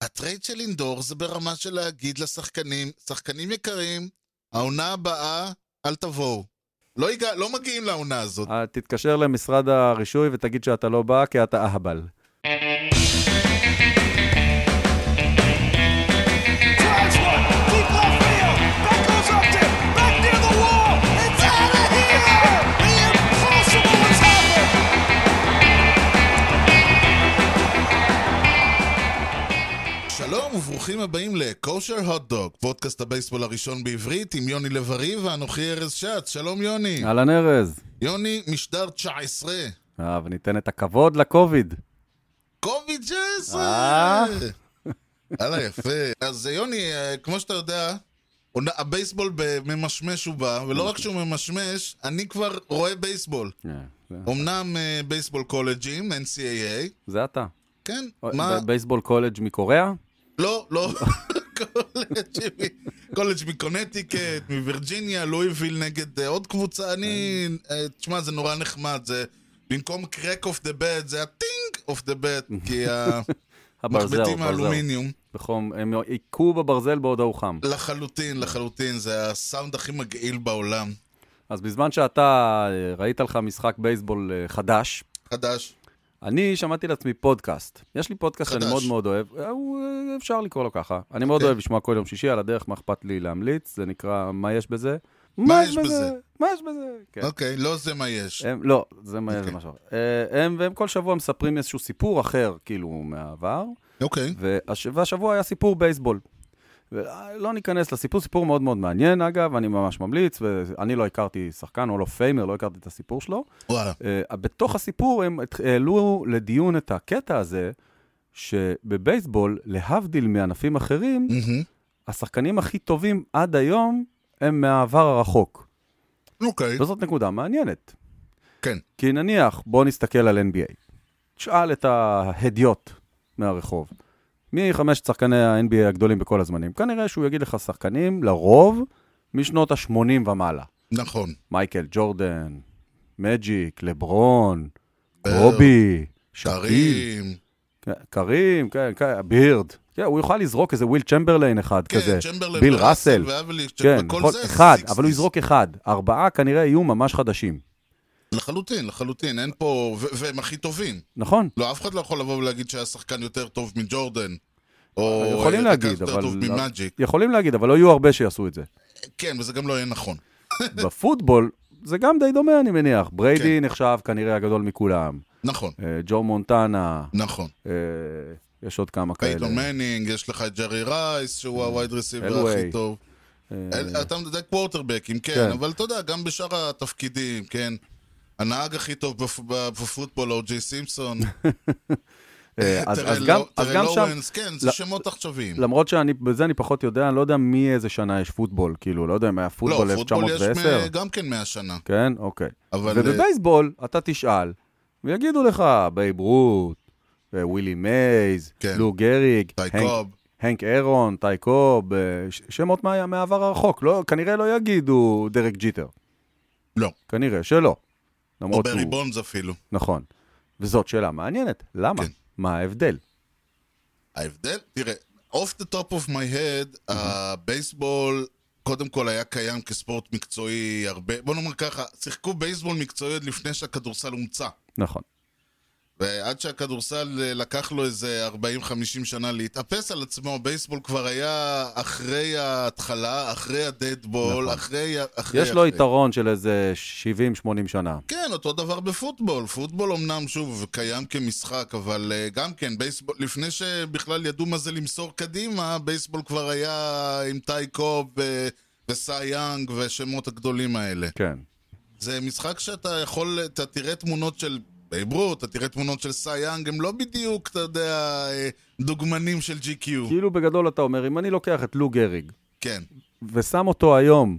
הטרייד של אינדור זה ברמה של להגיד לשחקנים, שחקנים יקרים, העונה הבאה, אל תבואו. לא, הגע, לא מגיעים לעונה הזאת. אה, תתקשר למשרד הרישוי ותגיד שאתה לא בא כי אתה אהבל. Drives one, deep left field. That goes up there, back near the wall. It's out of here. The impossible has happened. שלום וברוכים הבאים ל-Kosher Hot Dog, פודקאסט הבייסבול הראשון בעברית עם יוני לב-ארי ואנוכי ארז שץ. שלום יוני. אהלן ארז. יוני, משדר 19. אה, וניתן את הכבוד לקוביד. קוביד 19! אה. יאללה, יפה. אז אה, יוני, אה, כמו שאתה יודע, עונה- הבייסבול ב- ממשמש הוא בא, ולא רק שהוא ממשמש, אני כבר רואה בייסבול. אה, זה- אמנם אה, בייסבול קולג'ים, NCAA, זה אתה. כן, אוי, מה? ב- בייסבול קולג' מקוריאה? לא, לא. קולג' מ- קולג' מקונטיקט, מווירג'יניה, לואיביל נגד אה, עוד קבוצה. אני... כן. אה, תשמע, זה נורא נחמד. זה במקום קרק אוף דה בד, זה הטינג אוף דה בד, כי הברזל, המחבטים ברזל. האלומיניום. בחום, הם היכו בברזל בעוד ההוא חם. לחלוטין, לחלוטין, זה הסאונד הכי מגעיל בעולם. אז בזמן שאתה אה, ראית לך משחק בייסבול אה, חדש, חדש. כן. אני שמעתי לעצמי פודקאסט. יש לי פודקאסט שאני חדש. מאוד מאוד אוהב, אה, הוא, אה, אפשר לקרוא לו ככה. אני מאוד כן. אוהב לשמוע כל יום שישי, על הדרך, מה אכפת לי להמליץ, זה נקרא מה יש בזה. מה יש בזה? מה יש בזה? כן. אוקיי, לא זה מה יש. הם, לא, זה מה- זה אוקיי. משהו אחר. אה, הם, והם כל שבוע מספרים איזשהו סיפור אחר, כאילו, מהעבר, אוקיי. והש- והשבוע היה סיפור בייסבול. ולא ניכנס לסיפור, סיפור מאוד מאוד מעניין, אגב, אני ממש ממליץ, ואני לא הכרתי שחקן, או לא פיימר, לא הכרתי את הסיפור שלו. וואלה. אה, בתוך הסיפור הם הת- העלו לדיון את הקטע הזה, שבבייסבול, להבדיל מענפים אחרים, מהמם. השחקנים הכי טובים עד היום הם מהעבר הרחוק. אוקיי. וזאת נקודה מעניינת. כן. כי נניח, בואו נסתכל על NBA. תשאל את ההדיוט מהרחוב. מי חמשת שחקני ה-NBA הגדולים בכל הזמנים? כנראה שהוא יגיד לך שחקנים, לרוב, משנות ה-80 ומעלה. נכון. מייקל ג'ורדן, מג'יק, לברון, קובי, שקיל, שרים. כן, קרים, כן, כן, בירד. כן, הוא יוכל לזרוק איזה וויל צ'מברליין אחד כזה, כן, צ'מברליין ביל וראסל ראסל. והבליק, כן, וכל נכון, זה, אחד, 60s. אבל הוא יזרוק אחד. ארבעה כנראה יהיו ממש חדשים. לחלוטין, לחלוטין, אין פה... ו- והם הכי טובים. נכון? לא, אף אחד לא יכול לבוא ולהגיד שהיה שחקן יותר טוב מג'ורדן. או יכולים אה, להגיד, שחקן אבל... לא. יותר טוב ממאג'יק. יכולים להגיד, אבל לא יהיו הרבה שיעשו את זה. כן, וזה גם לא יהיה נכון. בפוטבול, זה גם די דומה, אני מניח. כן. בריידי נחשב כנראה הגדול מכולם. נכון, אה, ג'ו מונטנה, נכון. אה, יש עוד כמה כאלה. Mm. פייטון מנינג, יש לך את ג'רי רייס, שהוא הווייד רסיבר אלווי. הכי טוב. אל- אתה מדבר קוורטרבקים, כן, אה. כן. אבל אתה יודע, גם בשאר התפקידים, כן. הנהג הכי טוב בפ- בפוטבול, או.ג'יי סימפסון. אה, אז- אז טרל גם- לו- אז טרל גם שם, לורנס, כן, זה לא- שמות עכשוויים. למרות שאני, בזה אני פחות יודע, אני לא יודע מאיזה שנה יש פוטבול, כאילו, לא יודע אם היה לא, פוטבול פוטבול יש 1910. מ- גם כן 100 שנה. כן, אוקיי. אבל... אה, ובבייסבול, אתה תשאל, ויגידו לך, בייב רות, אה, ווילי מייז, כן. לו גריג, טי הנק- קוב. הנק אירון, טי קוב, אה, ש- שמות מה- מהעבר הרחוק, לא- כנראה לא יגידו דרק ג'יטר. לא. כנראה שלא. או למרות ברי שהוא... בונדס אפילו. נכון. וזאת שאלה מעניינת, למה? כן. מה ההבדל? ההבדל, תראה, off the top of my Mhm. head, הבייסבול קודם כל היה קיים כספורט מקצועי הרבה, בוא נאמר ככה, שיחקו בייסבול מקצועי עוד לפני שהכדורסל הומצא. נכון. ועד שהכדורסל אה, לקח לו איזה 40-50 שנה להתאפס על עצמו, הבייסבול כבר היה אחרי ההתחלה, אחרי הדדבול, נכון. אחרי... ה- אחרי יש לו אחרי. יתרון של איזה 70-80 שנה. כן, אותו דבר בפוטבול. פוטבול אמנם, שוב, קיים כמשחק, אבל אה, גם כן, בייסבול, לפני שבכלל ידעו מה זה למסור קדימה, בייסבול כבר היה עם טי קוב אה, וסי יאנג והשמות הגדולים האלה. כן. זה משחק שאתה יכול, אתה תראה תמונות של בייב רות, אתה תראה תמונות של סי יאנג, הם לא בדיוק, אתה יודע, אה, דוגמנים של GQ. כאילו בגדול אתה אומר, אם אני לוקח את לו גריג כן. ושם אותו היום,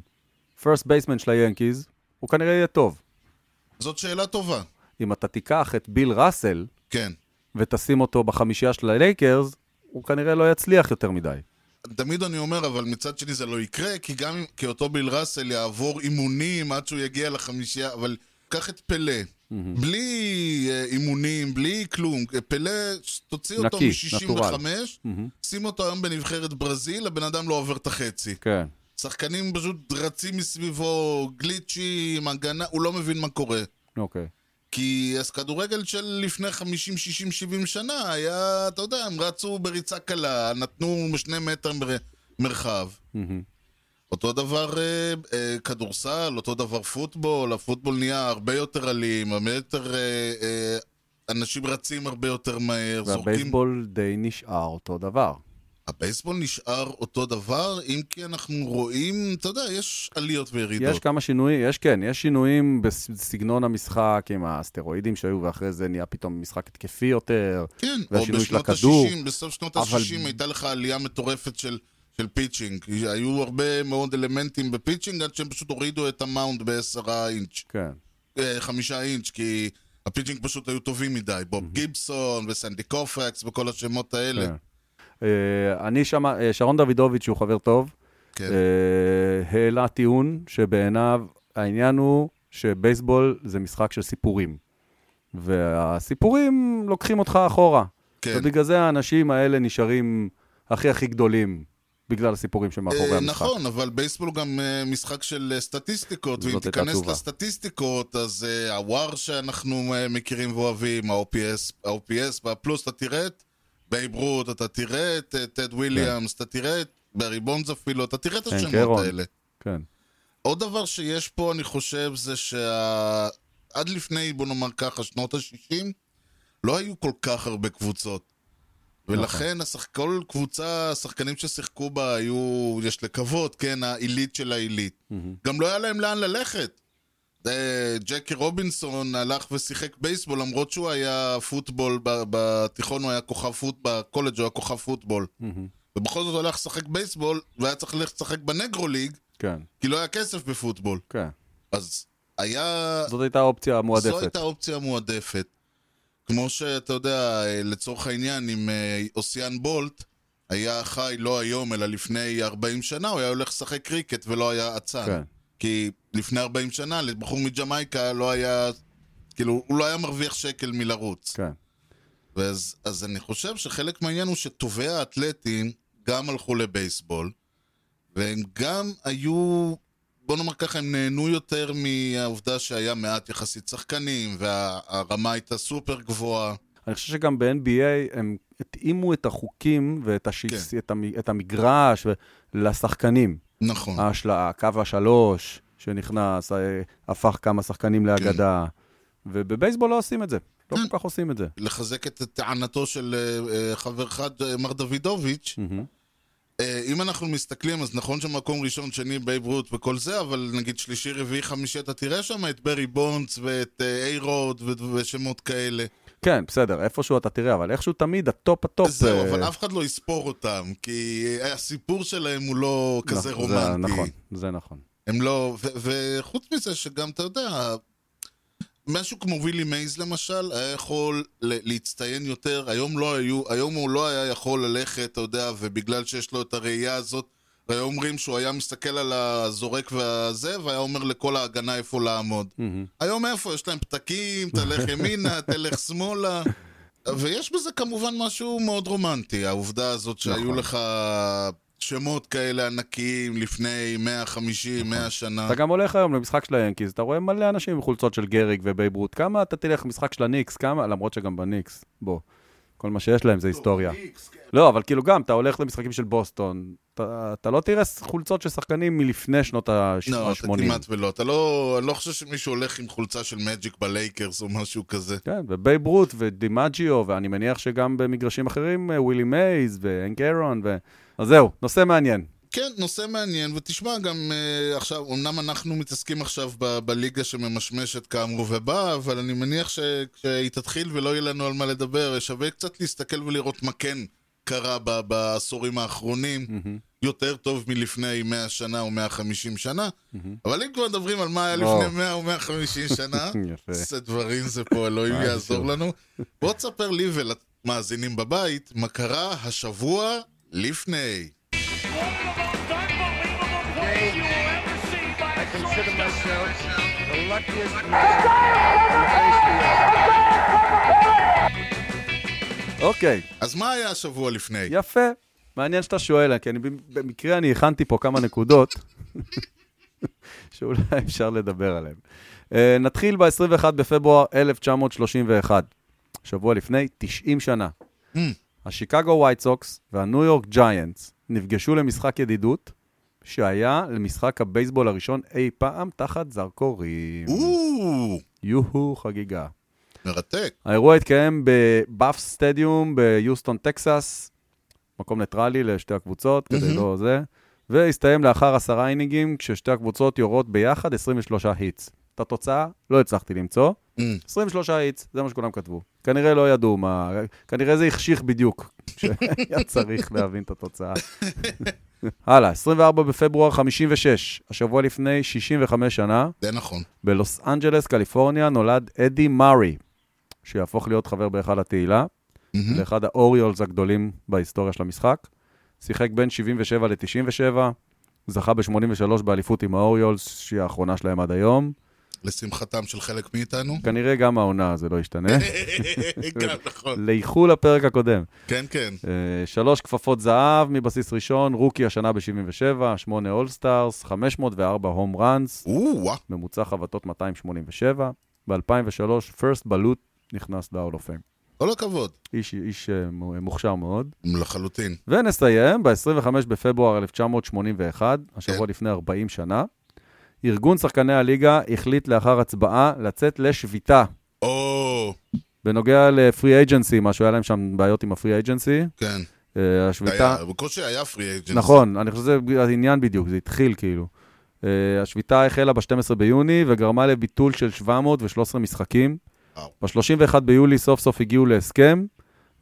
פרסט בייסמן של היאנקיז, הוא כנראה יהיה טוב. זאת שאלה טובה. אם אתה תיקח את ביל ראסל כן. ותשים אותו בחמישייה של הלייקרס, הוא כנראה לא יצליח יותר מדי. תמיד אני אומר, אבל מצד שני זה לא יקרה, כי גם אם- כי אותו ביל ראסל יעבור אימונים עד שהוא יגיע לחמישייה, אבל קח את פלא. בלי אה, אימונים, בלי כלום. אה, פלא, תוציא אותו נקי, מ-65, מהמם. שים אותו היום בנבחרת ברזיל, הבן אדם לא עובר את החצי. כן. שחקנים פשוט רצים מסביבו, גליצ'ים, הגנה, הוא לא מבין מה קורה. אוקיי. כי אז כדורגל של לפני 50, 60, 70 שנה היה, אתה יודע, הם רצו בריצה קלה, נתנו שני מטר מר- מרחב. מהמם. אותו דבר אה, אה, כדורסל, אותו דבר פוטבול, הפוטבול נהיה הרבה יותר אלים, הרבה יותר... אה, אה, אנשים רצים הרבה יותר מהר, זורקים... והבייסבול די נשאר אותו דבר. הבייסבול נשאר אותו דבר, אם כי אנחנו רואים, אתה יודע, יש עליות וירידות. יש כמה שינויים, יש כן, יש שינויים בסגנון המשחק עם הסטרואידים שהיו, ואחרי זה נהיה פתאום משחק התקפי יותר. כן, או והשינוי של בשנות הכדור. ה-60, בסוף שנות אבל- ה-60 הייתה לך עלייה מטורפת של, של פיצ'ינג. היו הרבה מאוד אלמנטים בפיצ'ינג עד שהם פשוט הורידו את המאונד בעשרה אינץ', כן. אה, חמישה אינץ', כי הפיצ'ינג פשוט היו טובים מדי. בוב גיבסון וסנדי קופקס וכל השמות האלה. כן. אה, אני שם, אה, שרון דוידוביץ', שהוא חבר טוב, כן. אה, העלה טיעון שבעיניו העניין הוא שבייסבול זה משחק של סיפורים. והסיפורים לוקחים אותך אחורה. כן. ובגלל זה האנשים האלה נשארים הכי הכי גדולים, בגלל הסיפורים שמאחורי אה, המשחק. נכון, אבל בייסבול הוא גם אה, משחק של אה, סטטיסטיקות, ואם זאת הייתה תיכנס תשובה. לסטטיסטיקות, אז אה, הוואר שאנחנו אה, מכירים ואוהבים, ה-OPS ה-OPS והפלוס, אתה תראה את בייב רות, אתה תראה את אה, טד וויליאמס, אתה תראה את ברי בונדס אפילו, אתה תראה את כן, השמות קרון. האלה. כן. עוד דבר שיש פה, אני חושב, זה שה... עד לפני, בוא נאמר ככה, שנות ה-60, לא היו כל כך הרבה קבוצות. ולכן השח... כל קבוצה, השחקנים ששיחקו בה היו, יש לקוות, כן, העילית של העילית. גם לא היה להם לאן ללכת. אה, ג'קי רובינסון הלך ושיחק בייסבול, למרות שהוא היה פוטבול, ב- בתיכון הוא היה כוכב פוטבול, בקולג' הוא היה כוכב פוטבול. ובכל זאת הוא הלך לשחק בייסבול, והיה צריך ללכת לשחק בנגרו ליג, כן, כי לא היה כסף בפוטבול. כן. אז היה... זאת הייתה האופציה אה, זו המועדפת. הייתה האופציה המועדפת. כמו שאתה יודע, אה, לצורך העניין, אם אה, אוסיאן בולט היה חי לא היום, אלא לפני 40 שנה, הוא היה הולך לשחק קריקט ולא היה אצן. כן. כי לפני 40 שנה, לבחור מג'מייקה לא היה... כאילו, הוא לא היה מרוויח שקל מלרוץ. כן. ואז, אז אני חושב שחלק מהעניין הוא שטובי האתלטים גם הלכו לבייסבול, והם גם היו, בוא נאמר ככה, הם נהנו יותר מהעובדה שהיה מעט יחסית שחקנים, והרמה הייתה סופר גבוהה. אני חושב שגם ב-NBA הם התאימו את החוקים ואת השיס, כן. את, המ, את המגרש ו- לשחקנים. נכון. ההשלה, קו השלוש שנכנס, אה, הפך כמה שחקנים לאגדה. ובבייסבול לא עושים את זה. לא כן. כל כך עושים את זה. לחזק את טענתו של אה, אה, חברך אה, מר דוידוביץ', מהמם. אה, אם אנחנו מסתכלים, אז נכון שמקום ראשון, שני, בייב רות וכל זה, אבל נגיד שלישי, רביעי, חמישי, אתה תראה שם את ברי בונדס ואת אה, איי רוד ו- ושמות כאלה. כן, בסדר, איפשהו אתה תראה, אבל איכשהו תמיד הטופ הטופ... זהו, אה, אבל אף אחד לא יספור אותם, כי אה, הסיפור שלהם הוא לא נכון, כזה זה רומנטי. נכון, זה נכון. הם לא... ו- וחוץ מזה שגם, אתה יודע, משהו כמו וילי מייז למשל, היה יכול ל- להצטיין יותר, היום לא היו, היום הוא לא היה יכול ללכת, אתה יודע, ובגלל שיש לו את הראייה הזאת, והיו אומרים שהוא היה מסתכל על הזורק והזה, והיה אומר לכל ההגנה איפה לעמוד. מהמם. היום איפה? יש להם פתקים, תלך ימינה, תלך שמאלה. ויש בזה כמובן משהו מאוד רומנטי, העובדה הזאת שהיו נכון. לך שמות כאלה ענקיים לפני 150, 100 שנה. נכון. אתה גם הולך היום למשחק של היאנקיז, אתה רואה מלא אנשים עם חולצות של גריג ובייב רות. כמה אתה תלך למשחק של הניקס, כמה, למרות שגם בניקס, בוא, כל מה שיש להם זה היסטוריה. כן. לא, אבל כאילו גם, אתה הולך למשחקים של בוסטון, אתה אתה לא תראה חולצות של שחקנים מלפני שנות לא, אתה ה-80. כמעט ולא. אתה לא, אני לא חושב שמישהו הולך עם חולצה של מג'יק בלייקרס או משהו כזה. כן, ובייב רות ודימג'יו, ואני מניח שגם במגרשים אחרים, אה, ווילי מייז והנק אירון, ו... אז זהו, נושא מעניין. כן, נושא מעניין, ותשמע, גם uh, עכשיו, אמנם אנחנו מתעסקים עכשיו ב- בליגה שממשמשת כאמור ובאה, אבל אני מניח שכשהיא תתחיל ולא יהיה לנו על מה לדבר, שווה קצת להסתכל ולראות מה כן קרה ב- בעשורים האחרונים, יותר טוב מלפני 100 שנה או 150 שנה, אבל אם כבר מדברים על מה היה וואו. לפני 100 או 150 שנה, יפה. זה דברים זה פה, אלוהים מה יעזור שוב. לנו. בוא תספר לי ולמאזינים בבית, מה קרה השבוע לפני. One of the most unbelievable plays you will ever see by a shortstop. אוקיי, אז מה היה השבוע לפני? יפה. מעניין שאתה שואל, כי אני במקרה אני הכנתי פה כמה נקודות שאולי אפשר לדבר עליהן. אה, נתחיל ב-21 בפברואר 1931, שבוע לפני 90 שנה. Hmm. השיקגו ווייט סוקס והניו יורק ג'יינטס נפגשו למשחק ידידות, שהיה למשחק הבייסבול הראשון אי פעם תחת זרקורים. או, יוהו חגיגה. מרתק. האירוע התקיים בבאף סטדיום ביוסטון, טקסס, מקום ניטרלי לשתי הקבוצות, כדי מהמם. לא זה, והסתיים לאחר עשרה אינינגים, כששתי הקבוצות יורות ביחד 23 היטס. את התוצאה לא הצלחתי למצוא, Mm. 23 היטס, זה מה שכולם כתבו. כנראה לא ידעו מה, כנראה זה החשיך בדיוק, כשהיה צריך להבין את התוצאה. הלאה, 24 בפברואר 56, השבוע לפני 65 שנה, זה נכון. בלוס אנג'לס, קליפורניה, נולד אדי מארי, שיהפוך להיות חבר בהיכל התהילה, מהמם. לאחד האוריולס הגדולים בהיסטוריה של המשחק. שיחק בין 77 ל-97, זכה ב-83 באליפות עם האוריולס, שהיא האחרונה שלהם עד היום. לשמחתם של חלק מאיתנו. כנראה גם העונה זה לא ישתנה. אה, גם נכון. לאיחול הפרק הקודם. כן, כן. אה, שלוש כפפות זהב מבסיס ראשון, רוקי השנה ב-77, שמונה אולסטארס, 504 הום ראנס, או, וואה. ממוצע חבטות 287. ב-2003, פרסט בלוט נכנס ל-all of fame. כל הכבוד. איש, איש אה, מו- מוכשר מאוד. לחלוטין. ונסיים ב-25 בפברואר 1981, השבוע לפני 40 שנה. ארגון שחקני הליגה החליט לאחר הצבעה לצאת לשביתה או, בנוגע לפרי אייג'נסי, מה שהיה להם שם בעיות עם הפרי אייג'נסי. כן. אה, השביתה... היה- בקושי היה פרי אג'נס. נכון, אני חושב שזה העניין בדיוק, זה התחיל כאילו. Uh, השביתה החלה ב-12 ביוני וגרמה לביטול של 713 משחקים. וואו. ב-31 ביולי סוף סוף הגיעו להסכם,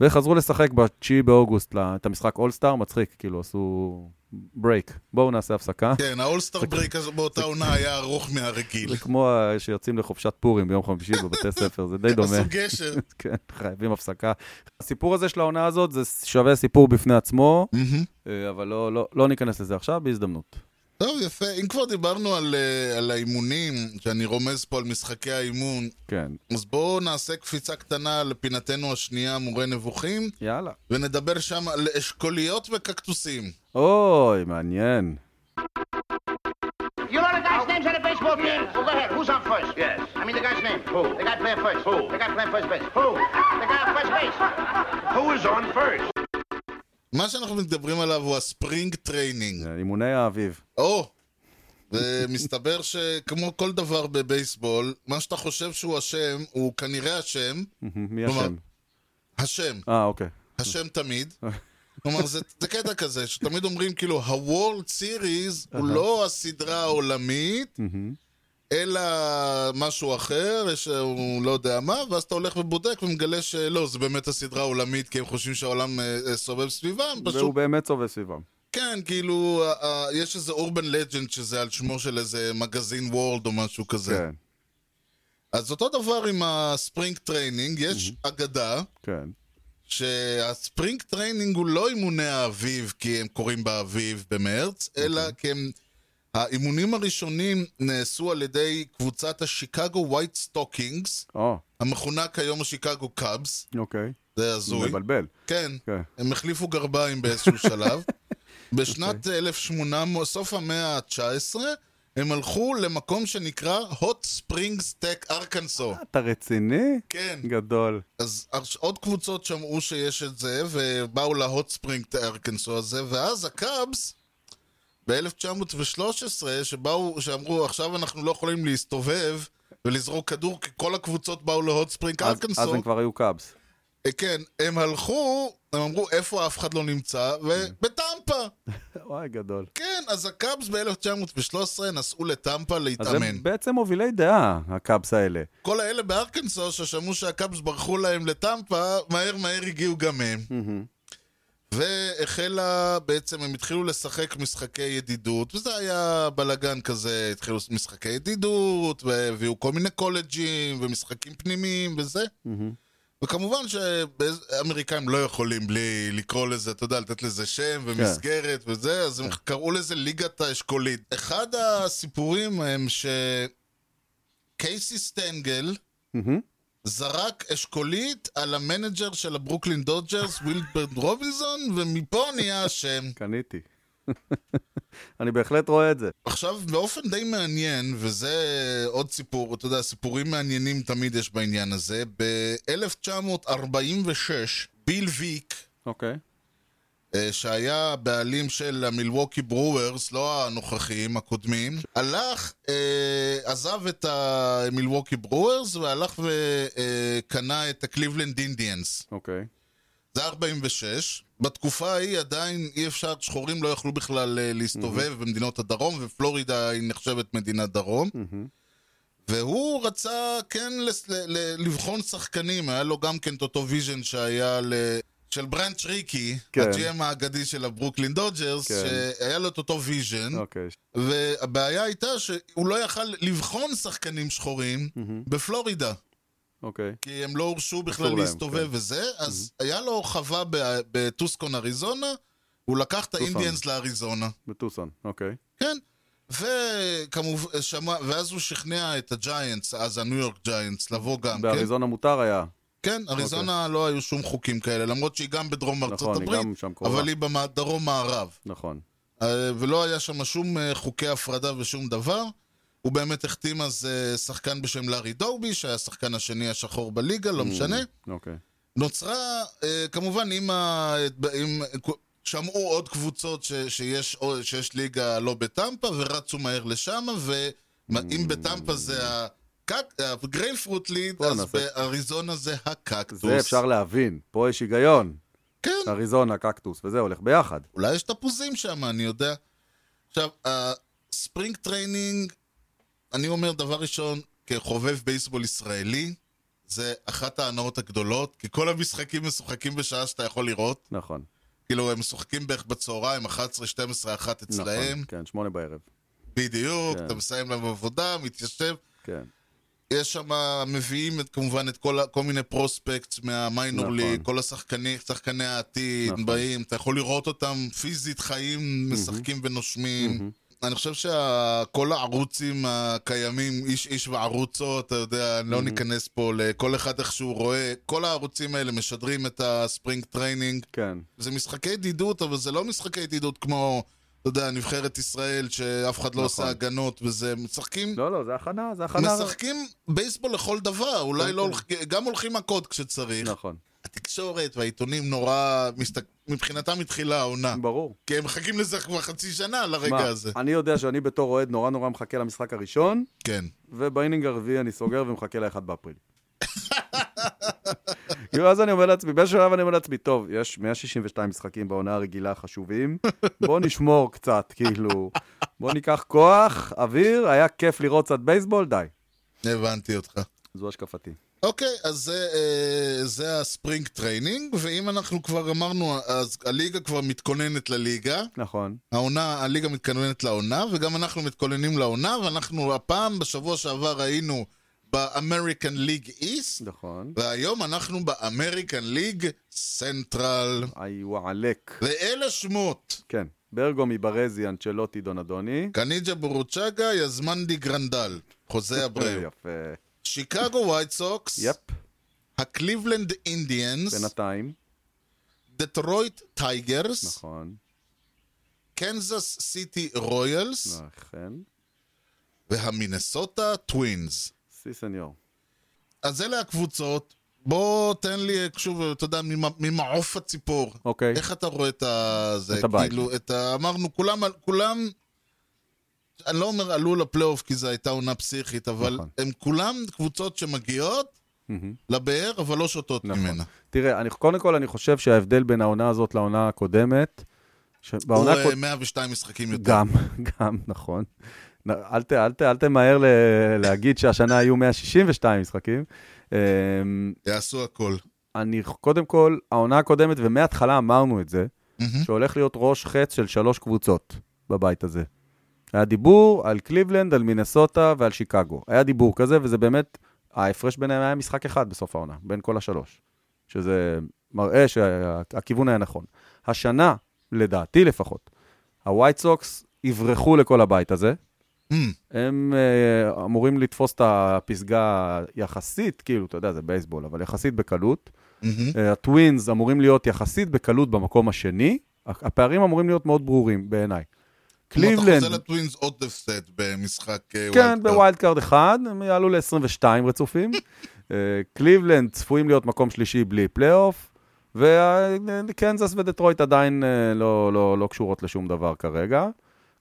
וחזרו לשחק ב-9 באוגוסט ל- את המשחק אולסטאר, מצחיק, כאילו עשו ברייק. בואו נעשה הפסקה. כן, האולסטאר ברייק הזה באותה עונה היה ארוך מהרגיל. זה כמו אה, שיוצאים לחופשת פורים ביום חמישי בבתי ספר, זה די דומה. עשו גשר. כן, חייבים הפסקה. הסיפור הזה של העונה הזאת, זה שווה סיפור בפני עצמו, מהמם. אה, אבל לא- לא לא ניכנס לזה עכשיו, בהזדמנות. טוב, יפה. אם כבר דיברנו על, אה, על האימונים, שאני רומז פה על משחקי האימון, כן, אז בואו נעשה קפיצה קטנה לפינתנו השנייה, מורה נבוכים, יאללה. ונדבר שם על אשכוליות וקקטוסים. אוי, מעניין. You know the guy's names on the baseball team? Well, go ahead. Who's on first? Yes. I mean the guy's name. Who? The guy playing first. Who? The guy playing first base. Who? The guy on first base. Who is on first? מה שאנחנו מדברים עליו הוא הספרינג טריינינג. זה אימוני האביב. או! ומסתבר שכמו כל דבר בבייסבול, מה שאתה חושב שהוא אשם, הוא כנראה אשם, מי כלומר- אשם? השם, אה, אוקיי. השם תמיד. כלומר, זה, זה קטע כזה, שתמיד אומרים כאילו, ה-World Series הוא לא הסדרה העולמית, מהמם. אלא משהו אחר, יש- הוא לא יודע מה, ואז אתה הולך ובודק ומגלה שלא, זה באמת הסדרה העולמית, כי הם חושבים שהעולם אה, אה, סובב סביבם, והוא פשוט, באמת סובב סביבם. כן, כאילו, אה, אה, יש איזה אורבן לג'נד שזה על שמו של איזה מגזין וורלד או משהו כזה. כן, אז אותו דבר עם הספרינג טריינינג, יש אגדה. כן. שהספרינג טריינינג הוא לא אימוני האביב כי הם קורים באביב במרץ, אלא כי הם... האימונים הראשונים נעשו על ידי קבוצת השיקגו ווייט סטוקינגס, או, המכונה כיום השיקגו קאבס, אה, אוקיי. זה הוא הזוי. מבלבל. כן, כן. הם החליפו גרביים באיזשהו שלב. בשנת 1800, סוף המאה ה-19, הם הלכו למקום שנקרא hot springs tech ארקנסו. אתה רציני? כן. גדול. אז הרש- עוד קבוצות שמעו שיש את זה, ובאו להוט ספרינג את ארקנסו הזה, ואז הקאבס, ב-1913, שבאו, שאמרו, עכשיו אנחנו לא יכולים להסתובב ולזרוק כדור, כי כל הקבוצות באו להוט ספרינג אז אז ארקנסו. הם כבר היו קאבס. אה, כן, הם הלכו, הם אמרו, איפה אף אחד לא נמצא, כן. ובטמפה. וואי, גדול. כן, אז הקאבס ב-1913 נסעו לטמפה אז להתאמן. הם בעצם מובילי דעה, הקאבס האלה. כל האלה בארקנסו ששמעו שהקאבס ברחו להם לטמפה, מהר מהר הגיעו גם הם. והחלה, בעצם הם התחילו לשחק משחקי ידידות, וזה היה בלאגן כזה, התחילו משחקי ידידות, והביאו כל מיני קולג'ים, ומשחקים פנימיים וזה. וכמובן שהאמריקאים לא יכולים בלי לקרוא לזה, אתה יודע, לתת לזה שם ומסגרת וזה, אז הם קראו לזה ליגת האשכולית. אחד הסיפורים הם ש... קייסי סטנגל זרק אשכולית על המנג'ר של הברוקלין דודג'רס, וילברד רובינזון, ומפה נהיה השם. קניתי. אני בהחלט רואה את זה. עכשיו, באופן די מעניין, וזה עוד סיפור, אתה יודע, סיפורים מעניינים תמיד יש בעניין הזה, ב-1946, ביל ויק, אוקיי. אה, שהיה הבעלים של המילווקי ברוורס, לא הנוכחיים, הקודמים, הלך, אה, עזב את המילווקי ברוורס והלך וקנה את הקליבלנד אינדיאנס. אוקיי. זה 46. בתקופה ההיא עדיין אי אפשר, שחורים לא יכלו בכלל אה, להסתובב mm-hmm. במדינות הדרום, ופלורידה היא נחשבת מדינת דרום. Mm-hmm. והוא רצה כן לס- ל- ל- לבחון שחקנים, היה לו גם כן את אותו ויז'ן שהיה ל... של ברנץ' ריקי, כן. הג'י.אם האגדי של הברוקלין דודג'רס, כן. שהיה לו את אותו ויז'ן, אוקיי. והבעיה הייתה שהוא לא יכל לבחון שחקנים שחורים Mm-hmm. בפלורידה. אוקיי. כי הם לא הורשו בכלל אסור להם, כן. Mm-hmm. להסתובב וזה, אז היה לו חווה ב- בטוסקון, אריזונה, הוא לקח את האינדיאנס לאריזונה. בטוסון. אוקיי. כן. וכמובן, שמע, ואז הוא שכנע את הג'יינטס, אז הניו יורק ג'יינטס, לבוא גם, כן? באריזונה מותר היה. כן, אריזונה לא היו שום חוקים כאלה, למרות שהיא גם בדרום ארצות נכון, היא הברית, גם שם קרובה. אבל היא בדרום-מערב. נכון. אה, ולא היה שם שום אה, חוקי הפרדה ושום דבר. הוא באמת החתים אז אה, שחקן בשם לארי דובי, שהיה השחקן השני השחור בליגה, לא משנה. אוקיי. נוצרה, אה, כמובן, עם ה... עם... שמעו עוד קבוצות ש... שיש... או- שיש ליגה לא בטמפה, ורצו מהר לשם, ואם Mm. בטמפה זה הקק... הגרייפרוט ליד, בואנה, אז זה- באריזונה זה הקקטוס. זה אפשר להבין. פה יש היגיון. כן, אריזונה, קקטוס, וזה הולך ביחד. אולי יש תפוזים שם, אני יודע. עכשיו, הספרינג טריינינג, אני אומר דבר ראשון, כחובב בייסבול ישראלי, זה אחת ההנאות הגדולות, כי כל המשחקים משוחקים בשעה שאתה יכול לראות. נכון. כאילו, הם משוחקים בערך בצהריים, 11, 12, 1 אצלהם. נכון. כן, שמונה בערב. בדיוק, כן. אתה מסיים להם עבודה, מתיישב. כן. יש שם, מביאים את, כמובן את כל, ה- כל מיני פרוספקטס מהמיינור נכון. ליג, כל השחקני, שחקני העתיד, נכון. באים, אתה יכול לראות אותם פיזית, חיים, משחקים ונושמים. אני חושב שכל הערוצים הקיימים, איש איש וערוצו, אתה יודע, לא ניכנס פה לכל אחד איך שהוא רואה, כל הערוצים האלה משדרים את הספרינג טריינינג. כן. זה משחקי ידידות, אבל זה לא משחקי ידידות כמו, אתה יודע, נבחרת ישראל, שאף אחד לא נכון. עושה הגנות וזה, משחקים... לא, לא, זה הכנה, זה הכנה. משחקים בייסבול לכל דבר, אולי לא הולכים, גם הולכים מכות כשצריך. אוקיי. נכון. התקשורת והעיתונים נורא, מסתק- מבחינתם התחילה העונה. ברור. כי הם מחכים לזה כבר חצי שנה, מה, לרגע הזה. אני יודע שאני בתור אוהד נורא נורא מחכה למשחק הראשון, כן. ובאינינג הרביעי אני סוגר ומחכה ל-1 באפריל. כאילו, אז אני אומר לעצמי, באיזשהו שלב אני אומר לעצמי, טוב, יש 162 משחקים בעונה הרגילה חשובים, בוא נשמור קצת, כאילו, בוא ניקח כוח, אוויר, היה כיף לראות קצת בייסבול, די. הבנתי אותך. זו השקפתי. אוקיי, אז זה, אה, זה הספרינג טריינינג, ואם אנחנו כבר אמרנו, אז הליגה כבר מתכוננת לליגה. נכון. העונה, הליגה מתכוננת לעונה, וגם אנחנו מתכוננים לעונה, ואנחנו הפעם, בשבוע שעבר היינו באמריקן ליג איסט, נכון. והיום אנחנו באמריקן ליג סנטרל. איי וואלק. ואלה שמות, כן. ברגומי, ברזי, אנצ'לוטי, דונדוני. קניג'ה בורוצ'אגה, יזמנדי גרנדל, חוזה אברהו. יפה. שיקגו ווייט סוקס, אוקיי. יפ, הקליבלנד אינדיאנס, בינתיים. דטרויט טייגרס, נכון. קנזס סיטי נכון. רויאלס, אכן. והמינסוטה טווינס. סי סניור. אז אלה הקבוצות. בוא תן לי, שוב, אתה יודע, ממע- ממעוף הציפור. אוקיי. איך אתה רואה את ה... זה, את הבית. כאילו, את ה... אמרנו, כולם, כולם... אני לא אומר עלו לפלייאוף כי זו הייתה עונה פסיכית, אבל נכון. הם כולם קבוצות שמגיעות לבאר, אבל לא שותות נכון. ממנה. תראה, אני, קודם כל אני חושב שההבדל בין העונה הזאת לעונה הקודמת, שבעונה הוא אה, הקודמת... 102 משחקים יותר. גם, גם, נכון. נ- אל, ת, אל, ת, אל תמהר ל, להגיד שהשנה היו 162 משחקים. אמ, יעשו הכל. אני, קודם כל, העונה הקודמת, ומההתחלה אמרנו את זה, מהמם. Mm-hmm. שהולך להיות ראש חץ של שלוש קבוצות בבית הזה. היה דיבור על קליבלנד, על מינסוטה ועל שיקגו. היה דיבור כזה, וזה באמת, ההפרש ביניהם היה משחק אחד בסוף העונה, בין כל השלוש. שזה מראה שהכיוון היה נכון. השנה, לדעתי לפחות, הווייט סוקס יברחו לכל הבית הזה, הם אה, אמורים לתפוס את הפסגה יחסית, כאילו, אתה יודע, זה בייסבול, אבל יחסית בקלות. אה, הטווינס אמורים להיות יחסית בקלות במקום השני. ה- הפערים אמורים להיות מאוד ברורים בעיניי. אתה חוזר קליבלנד, לטווינס עוד הפסד במשחק אה, כן, wild card. בווילד קארד אחד, הם יעלו ל-22 רצופים. אה, קליבלנד צפויים להיות מקום שלישי בלי פלייאוף, וקנזס ודטרויט עדיין אה, לא, לא, לא קשורות לשום דבר כרגע.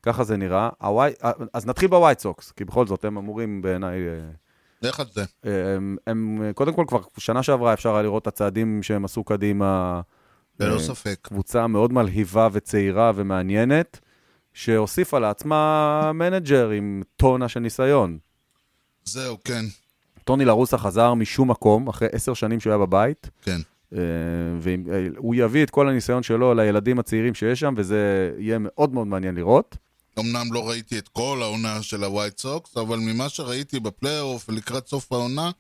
ככה זה נראה. הווי... אה, אז נתחיל בווייט סוקס, כי בכל זאת הם אמורים בעיניי... אה, לך על זה. אה, הם, הם, אה, קודם כל, כבר שנה שעברה אפשר היה לראות את הצעדים שהם עשו קדימה. ללא אה, ספק. קבוצה מאוד מלהיבה וצעירה ומעניינת, שהוסיפה לעצמה מנג'ר עם טונה של ניסיון. זהו, כן, טוני לרוסה חזר משום מקום, אחרי עשר שנים שהוא היה בבית, כן. אה, והוא יביא את כל הניסיון שלו לילדים הצעירים שיש שם, וזה יהיה מאוד מאוד מעניין לראות. אמנם לא ראיתי את כל העונה של הווייט סוקס, אבל ממה שראיתי בפלייאוף ולקראת סוף העונה,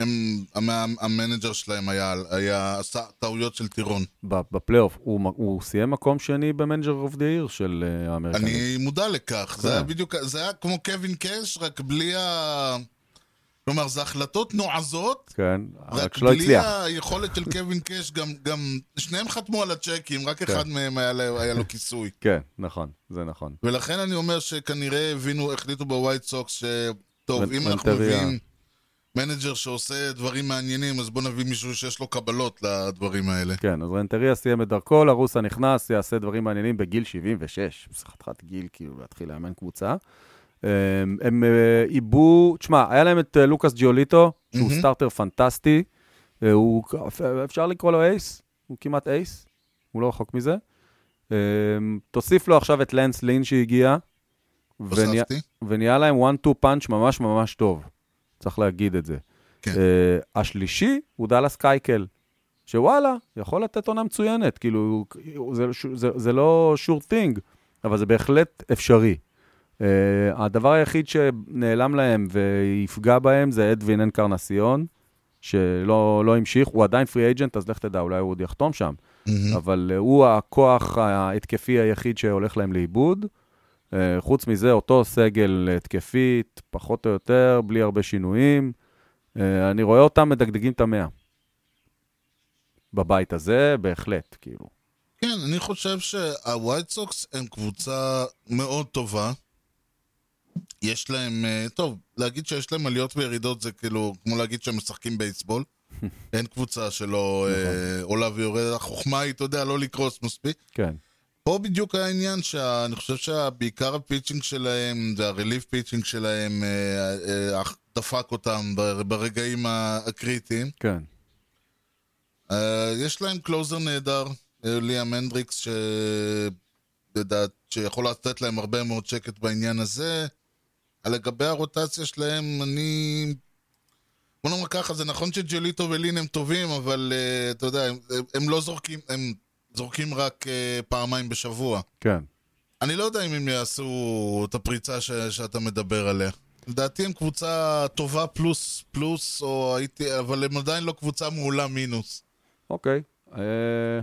הם, המ- המנג'ר שלהם היה, היה, עשה טעויות של טירון. ב- בפלייאוף, הוא, מ- הוא סיים מקום שני במנג'ר אוף דה עיר של אה, האמריקנים. אני מודע לכך, זה כן. היה בדיוק, זה היה כמו קווין קאש, רק בלי ה... כלומר, זה החלטות נועזות, כן, רק רק שלא בלי הצליח. היכולת של קווין קאש, גם, גם שניהם חתמו על הצ'קים, רק אחד מהם היה לו- היה לו כיסוי. כן, נכון, זה נכון. ולכן אני אומר שכנראה הבינו, החליטו בווייט סוקס שטוב, מנ- אם אנחנו מנטריה. מביאים מנג'ר שעושה דברים מעניינים, אז בוא נביא מישהו שיש לו קבלות לדברים האלה. כן, אז רנטריה סיים את דרכו, לרוסה נכנס, יעשה דברים מעניינים בגיל 76, חתיכת גיל, כאילו, להתחיל לאמן קבוצה. אמ, הם אה, עיבו, תשמע, היה להם את אה, לוקאס ג'יוליטו, שהוא סטארטר פנטסטי, אה, הוא, אפשר לקרוא לו אייס, הוא כמעט אייס, הוא לא רחוק מזה. אמ, תוסיף לו עכשיו את לנס לין שהגיע, וני- הוספתי? ונהיה להם 1-2 פאנץ' ממש ממש טוב. צריך להגיד את זה. כן. אה, השלישי הוא דאלאס קייקל, שוואלה, יכול לתת עונה מצוינת, כאילו, זה, זה, זה לא שור טינג, אבל זה בהחלט אפשרי. אה, הדבר היחיד שנעלם להם ויפגע בהם זה אדווין אנקרנסיון, שלא לא המשיך, הוא עדיין פרי אייג'נט, אז לך תדע, אולי הוא עוד יחתום שם. מהמם. אבל אה, הוא הכוח ההתקפי היחיד שהולך להם לאיבוד. אה, חוץ מזה, אותו סגל התקפית, פחות או יותר, בלי הרבה שינויים. אה, אני רואה אותם מדגדגים את המאה. בבית הזה, בהחלט, כאילו. כן, אני חושב שהווייט סוקס הם קבוצה מאוד טובה. יש להם, אה, טוב, להגיד שיש להם עליות וירידות זה כאילו, כמו להגיד שהם משחקים בייסבול. אין קבוצה שלא אה, נכון. עולה ויורדת, החוכמה היא, אתה יודע, לא לקרוס מספיק. כן, פה בדיוק העניין שאני חושב שבעיקר הפיצ'ינג שלהם והרליף פיצ'ינג שלהם אה, אה, דפק אותם בר- ברגעים הקריטיים. כן. אה, יש להם קלוזר נהדר, אה, ליאם הנדריקס, ש- לדעת- שיכול לתת להם הרבה מאוד שקט בעניין הזה. על לגבי הרוטציה שלהם, אני... בוא נאמר ככה, זה נכון שג'וליטו ולין הם טובים, אבל אה, אתה יודע, הם, הם לא זורקים, הם זורקים רק אה, פעמיים בשבוע. כן. אני לא יודע אם הם יעשו את הפריצה ש, שאתה מדבר עליה. לדעתי הם קבוצה טובה פלוס פלוס, או הייתי, אבל הם עדיין לא קבוצה מעולה מינוס. אוקיי. אה,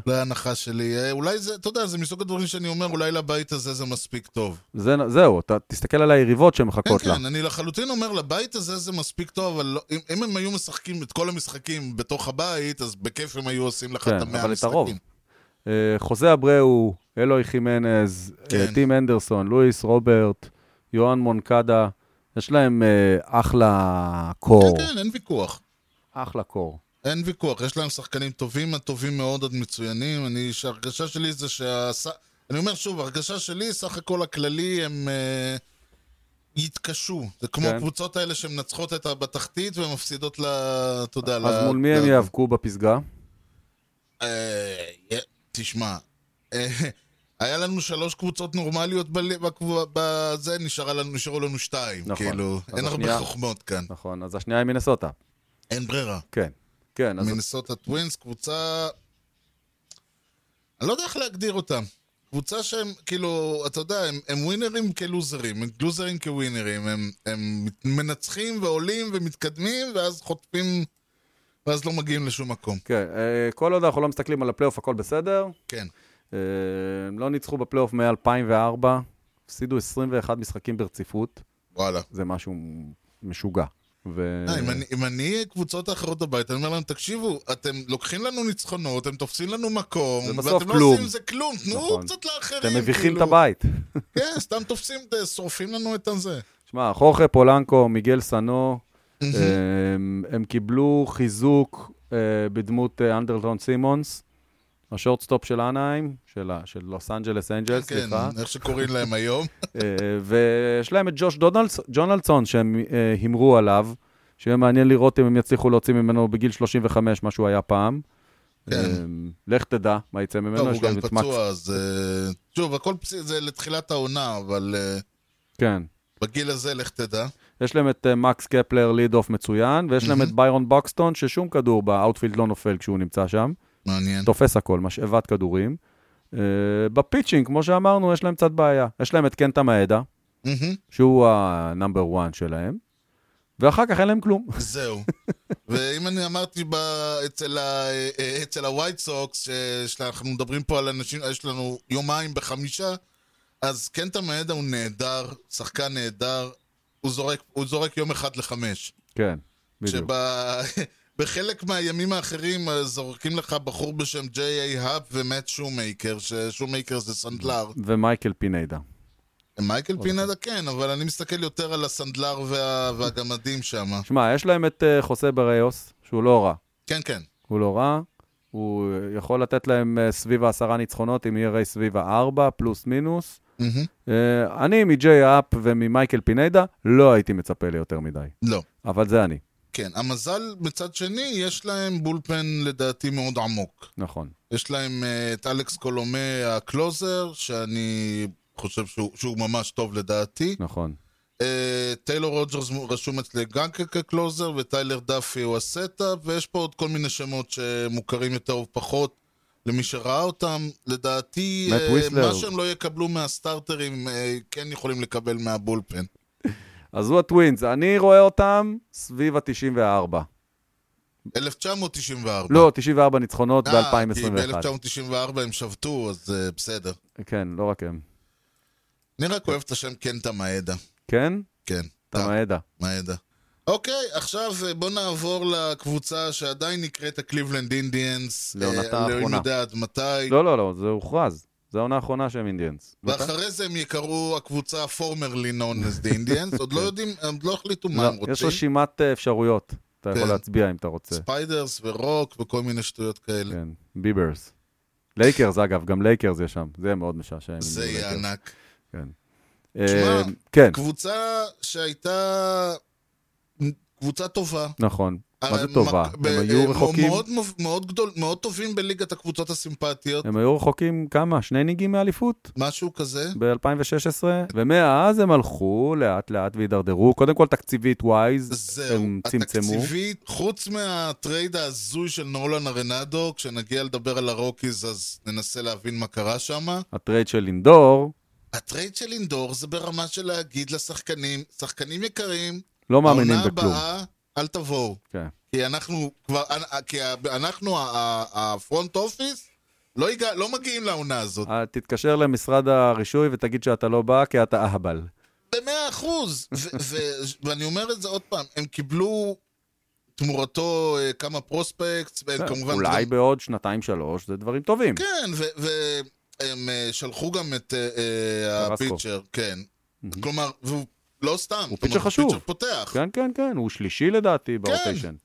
זה ההנחה שלי. אה, אולי זה, אתה יודע, זה מסוג הדברים שאני אומר, אולי לבית הזה זה מספיק טוב. זה, זהו, אתה תסתכל על היריבות כן, שמחכות לה. כן, אני לחלוטין אומר, לבית הזה זה מספיק טוב, אבל לא, אם, אם הם היו משחקים את כל המשחקים בתוך הבית, אז בכיף הם היו עושים לך את כן, המאה אבל את הרוב. המשחקים. אה, חוזה אבראו, אלוהי חימנז, אה, כן. טים אנדרסון, לואיס רוברט, יוהאן מונקדה, יש להם אה, אחלה קור, כן, כן, אין ויכוח. אחלה קור. אין ויכוח, יש להם שחקנים טובים, הטובים מאוד עוד מצוינים. אני, שההרגשה שלי זה שה... אני אומר שוב, ההרגשה שלי, סך הכל הכללי, הם אה, יתקשו. זה כמו כן. הקבוצות האלה שמנצחות את ה- בתחתית ומפסידות ל... אתה יודע, אז ל- מול מי הם ל- ייאבקו בפסגה? אה, יה- תשמע, אה, היה לנו שלוש קבוצות נורמליות בל- בקבוע- בזה, נשארה לנו- נשארו לנו שתיים. נכון. כאילו, אז אין הרבה השנייה- חוכמות כאן. נכון, אז השנייה היא מנסוטה. אין ברירה. כן. כן, אז מנסוטה טווינס, קבוצה... אני לא יודע איך להגדיר אותם. קבוצה שהם, כאילו, אתה יודע, הם, הם ווינרים כלוזרים, הם לוזרים כווינרים, הם, הם מת- מנצחים ועולים ומתקדמים, ואז חוטפים, ואז לא מגיעים לשום מקום. כן, אה, כל עוד אנחנו לא מסתכלים על הפלייאוף, הכל בסדר. כן. אה, הם לא ניצחו בפלייאוף מ-2004, הפסידו 21 משחקים ברציפות, וואלה. זה משהו משוגע. ו... אה, אם אני- אם אני קבוצות האחרות בבית, אני אומר להם, תקשיבו, אתם לוקחים לנו ניצחונות, אתם תופסים לנו מקום, ובסוף ואתם לא כלום. עושים עם זה כלום, תנו נכון. קצת לאחרים. אתם מביכים את כאילו. הבית. כן, סתם תופסים, שורפים לנו את הזה. שמע, חורכה פולנקו, מיגל סנו, הם, הם קיבלו חיזוק אה, בדמות אה, אנדרטון סימונס, השורטסטופ של אנהיים, של, ה- של לוס אנג'לס אנג'לס, כן, סליחה. איך שקוראים להם היום. אה, ויש להם את ג'וש דונלס- ג'ונלדסון שהם אה, הימרו עליו, שיהיה מעניין לראות אם הם יצליחו להוציא ממנו בגיל 35, מה שהוא היה פעם. כן. אה, לך תדע מה יצא ממנו. טוב, הוא יש להם גם לא, את מקס- פצוע, אז... אה, שוב, הכל פצ- זה לתחילת העונה, אבל אה, כן. בגיל הזה, לך תדע. יש להם את אה, מקס קפלר ליד אוף מצוין, ויש להם את ביירון בוקסטון, ששום כדור באאוטפילד לא נופל כשהוא נמצא שם. מעניין. תופס הכל, משאבת כדורים. אה, בפיצ'ינג, כמו שאמרנו, יש להם קצת בעיה. יש להם את קנטה מאדה, מהמם. שהוא הנאמבר 1 שלהם, ואחר כך אין להם כלום. זהו. ואם אני אמרתי ב... אצל, ה... אה, אצל הווייט סוקס, ש- שאנחנו מדברים פה על אנשים, יש לנו יומיים בחמישה, אז קנטה מעדה הוא נהדר, שחקן נהדר, הוא זורק, הוא זורק יום אחד לחמש. כן, בדיוק. שבחלק מהימים האחרים אה, זורקים לך בחור בשם ג'יי איי האפ ומט שומייקר, ששומייקר זה סנדלר. ומייקל פיניידה. מייקל פינדה כן, אבל אני מסתכל יותר על הסנדלר וה... והגמדים שם. שמע, יש להם את אה, חוסה בריוס, שהוא לא רע. כן, כן. הוא לא רע, הוא אה, יכול לתת להם אה, סביב העשרה ניצחונות, עם ERA סביב הארבע, פלוס מינוס. מהמם. אה, אני מג'יי אפ וממייקל פיניידה לא הייתי מצפה ליותר מדי, לא. אבל זה אני, כן, המזל מצד שני, יש להם בולפן לדעתי מאוד עמוק. נכון. יש להם אה, את אלכס קולומה הקלוזר, שאני חושב שהוא, שהוא ממש טוב לדעתי. נכון. אה, טיילור רוג'רס רשום אצלי גם כ- כקלוזר, וטיילר דאפי הוא הסטאפ, ויש פה עוד כל מיני שמות שמוכרים יותר ופחות למי שראה אותם. לדעתי, מאט ויסלר. מה שהם לא יקבלו מהסטארטרים, אה, כן יכולים לקבל מהבולפן. אז הוא הטווינס, אני רואה אותם סביב ה-94. 1994. לא, 94 ניצחונות אה, ב-2021. כי ב-1994 הם שבתו, אז אה, בסדר. כן, לא רק הם. אני רק אוהב את השם קנטה מאדה. כן? כן, תמאדה. מאדה. אוקיי, עכשיו אה, בוא נעבור לקבוצה שעדיין נקראת הקליבלנד אינדיאנס. לעונתה אה, אלוהים האחרונה. יודע עד מתי. לא, לא, לא, זה הוכרז. זו העונה האחרונה שהם אינדיאנס. ואחרי זה הם יקראו הקבוצה ה-formerly known as the Indians, עוד לא יודעים, הם לא החליטו מה כן. לא, הם יש רוצים. רשימת אה, אפשרויות. אתה כן. יכול להצביע אם אתה רוצה. ספיידרס ורוק וכל מיני שטויות כאלה. כן, ביברס. לייקרס, אגב, גם לייקרס יש שם. זה מאוד משעשע. אם זה יהיו יהיה לייקרס. ענק. לא כן. תשמע, אה, כן, קבוצה שהייתה קבוצה טובה, נכון. מה זה אה, טובה? מק- ב- הם היו אה, רחוקים, מאוד, מוב- מאוד, גדול, מאוד טובים בליגת הקבוצות הסימפטיות, הם היו רחוקים כמה? שני ניגים מאליפות? משהו כזה. ב-2016, ומאז הם הלכו לאט לאט והידרדרו, קודם כל תקציבית ווייז, זהו, הם צמצמו. התקציבית, חוץ מהטרייד ההזוי של נולן ארנדו, כשנגיע לדבר על הרוקיז אז ננסה להבין מה קרה שם. הטרייד של לינדור, הטרייד של אינדור זה ברמה של להגיד לשחקנים, שחקנים יקרים, לא מאמינים בכלום. העונה הבאה, אל תבואו. כן. כי אנחנו כבר, אה, כי אנחנו, ה- ה- הפרונט אופיס, לא, הגע- לא מגיעים לעונה הזאת. אה, תתקשר למשרד הרישוי ותגיד שאתה לא בא כי אתה אהבל. במאה אחוז. ו- ו- ואני אומר את זה עוד פעם, הם קיבלו תמורתו אה, כמה פרוספקטס, והם כמובן... אה, אולי בעוד שנתיים-שלוש זה דברים טובים. כן, והם שלחו גם את אה, אה, קרסקו. הפיצ'ר, כן. כלומר, והוא לא סתם. הוא זאת פיצ'ר אומרת, חשוב. פיצ'ר פותח. כן, כן, כן, הוא שלישי כן. לדעתי ברוטיישן.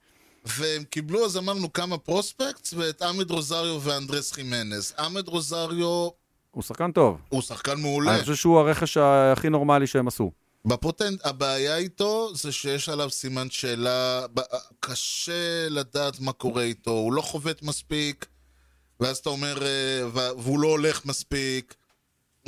והם קיבלו, אז אמרנו, כמה פרוספקטס, ואת עמד רוזריו ואנדרס חימנז. עמד רוזריו הוא שחקן טוב. הוא שחקן מעולה. אני חושב שהוא הרכש הכי נורמלי שהם עשו. בפוטנט, הבעיה איתו זה שיש עליו סימן שאלה, ב- אה, קשה לדעת מה קורה איתו, הוא לא חובט מספיק, ואז אתה אומר, אה, ו- והוא לא הולך מספיק,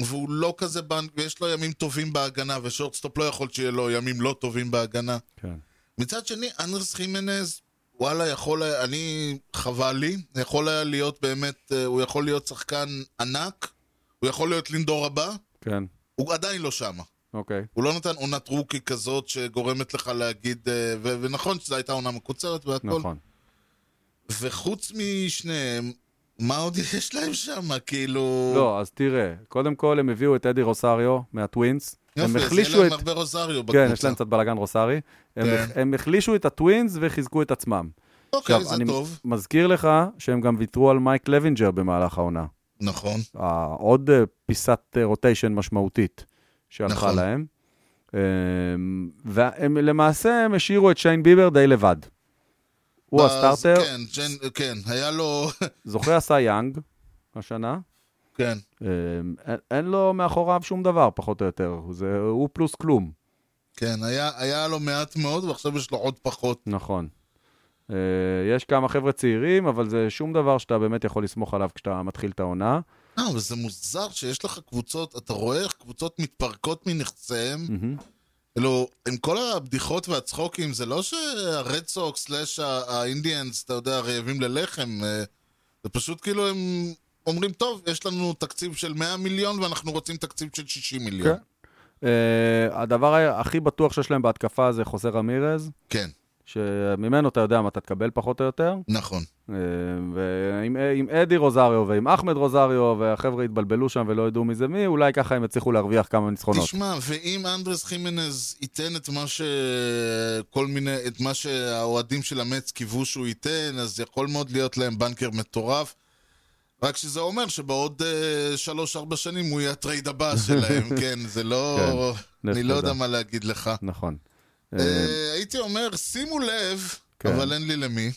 והוא לא כזה בנק, ויש לו ימים טובים בהגנה, ושורטסטופ לא יכול שיהיה לו ימים לא טובים בהגנה. כן. מצד שני, אנדרס חימנז, וואלה, יכול היה, אני, חבל לי, יכול היה להיות באמת, אה, הוא יכול להיות שחקן ענק, הוא יכול להיות לינדור הבא, כן, הוא עדיין לא שמה. אוקיי. הוא לא נתן עונת רוקי כזאת שגורמת לך להגיד, אה, ו- ונכון שזו הייתה עונה מקוצרת והכל, נכון. וחוץ משניהם, מה עוד יש להם שם? כאילו... לא, אז תראה, קודם כל הם הביאו את אדי רוסריו מהטווינס. הם יופי, אז יהיה החלישו להם את... הרבה רוזריו בקבוצה. כן, יש להם קצת בלאגן רוסרי. הם כן. הח- הם החלישו את הטווינס וחיזקו את עצמם. אוקיי, זה טוב. מזכיר לך שהם גם ויתרו על מייק לוינג'ר במהלך העונה. נכון. אה, עוד אה, פיסת אה, רוטיישן משמעותית שהלכה נכון. להם. אה, והם למעשה הם השאירו את שיין ביבר די לבד. הוא אז הסטארטר, כן, ג'ן- כן, היה לו... זוכה עשה יאנג השנה. כן. אה, אין, אין לו מאחוריו שום דבר, פחות או יותר. זה, הוא פלוס כלום. כן, היה, היה לו מעט מאוד, ועכשיו יש לו עוד פחות. נכון. אה, יש כמה חבר'ה צעירים, אבל זה שום דבר שאתה באמת יכול לסמוך עליו כשאתה מתחיל את העונה. אה, אבל זה מוזר שיש לך קבוצות, אתה רואה איך קבוצות מתפרקות מנכסיהם? מהמם. כאילו, עם כל הבדיחות והצחוקים, זה לא שהרד סוקס סלאש האינדיאנס, אתה יודע, רעבים ללחם. אה, זה פשוט כאילו הם אומרים, טוב, יש לנו תקציב של 100 מיליון ואנחנו רוצים תקציב של 60 מיליון. כן. אה, הדבר ה- הכי בטוח שיש להם בהתקפה זה חוסה רמירז, כן, שממנו אתה יודע מה אתה תקבל פחות או יותר. נכון. אה, ועם אה, עם אדי רוזריו ועם אחמד רוזריו, והחבר'ה יתבלבלו שם ולא ידעו מי זה מי, אולי ככה הם יצליחו להרוויח כמה ניצחונות. תשמע, ואם אנדרס חימנז ייתן את מה ש... כל מיני... את מה שהאוהדים של המץ קיוו שהוא ייתן, אז יכול מאוד להיות להם בנקר מטורף. רק שזה אומר שבעוד אה, שלוש-ארבע שנים הוא יהיה הטרייד הבא שלהם, כן, זה לא... כן, אני לך לא תדע. יודע מה להגיד לך. נכון. אה, אה, הייתי אומר, שימו לב, כן. אבל אין לי למי.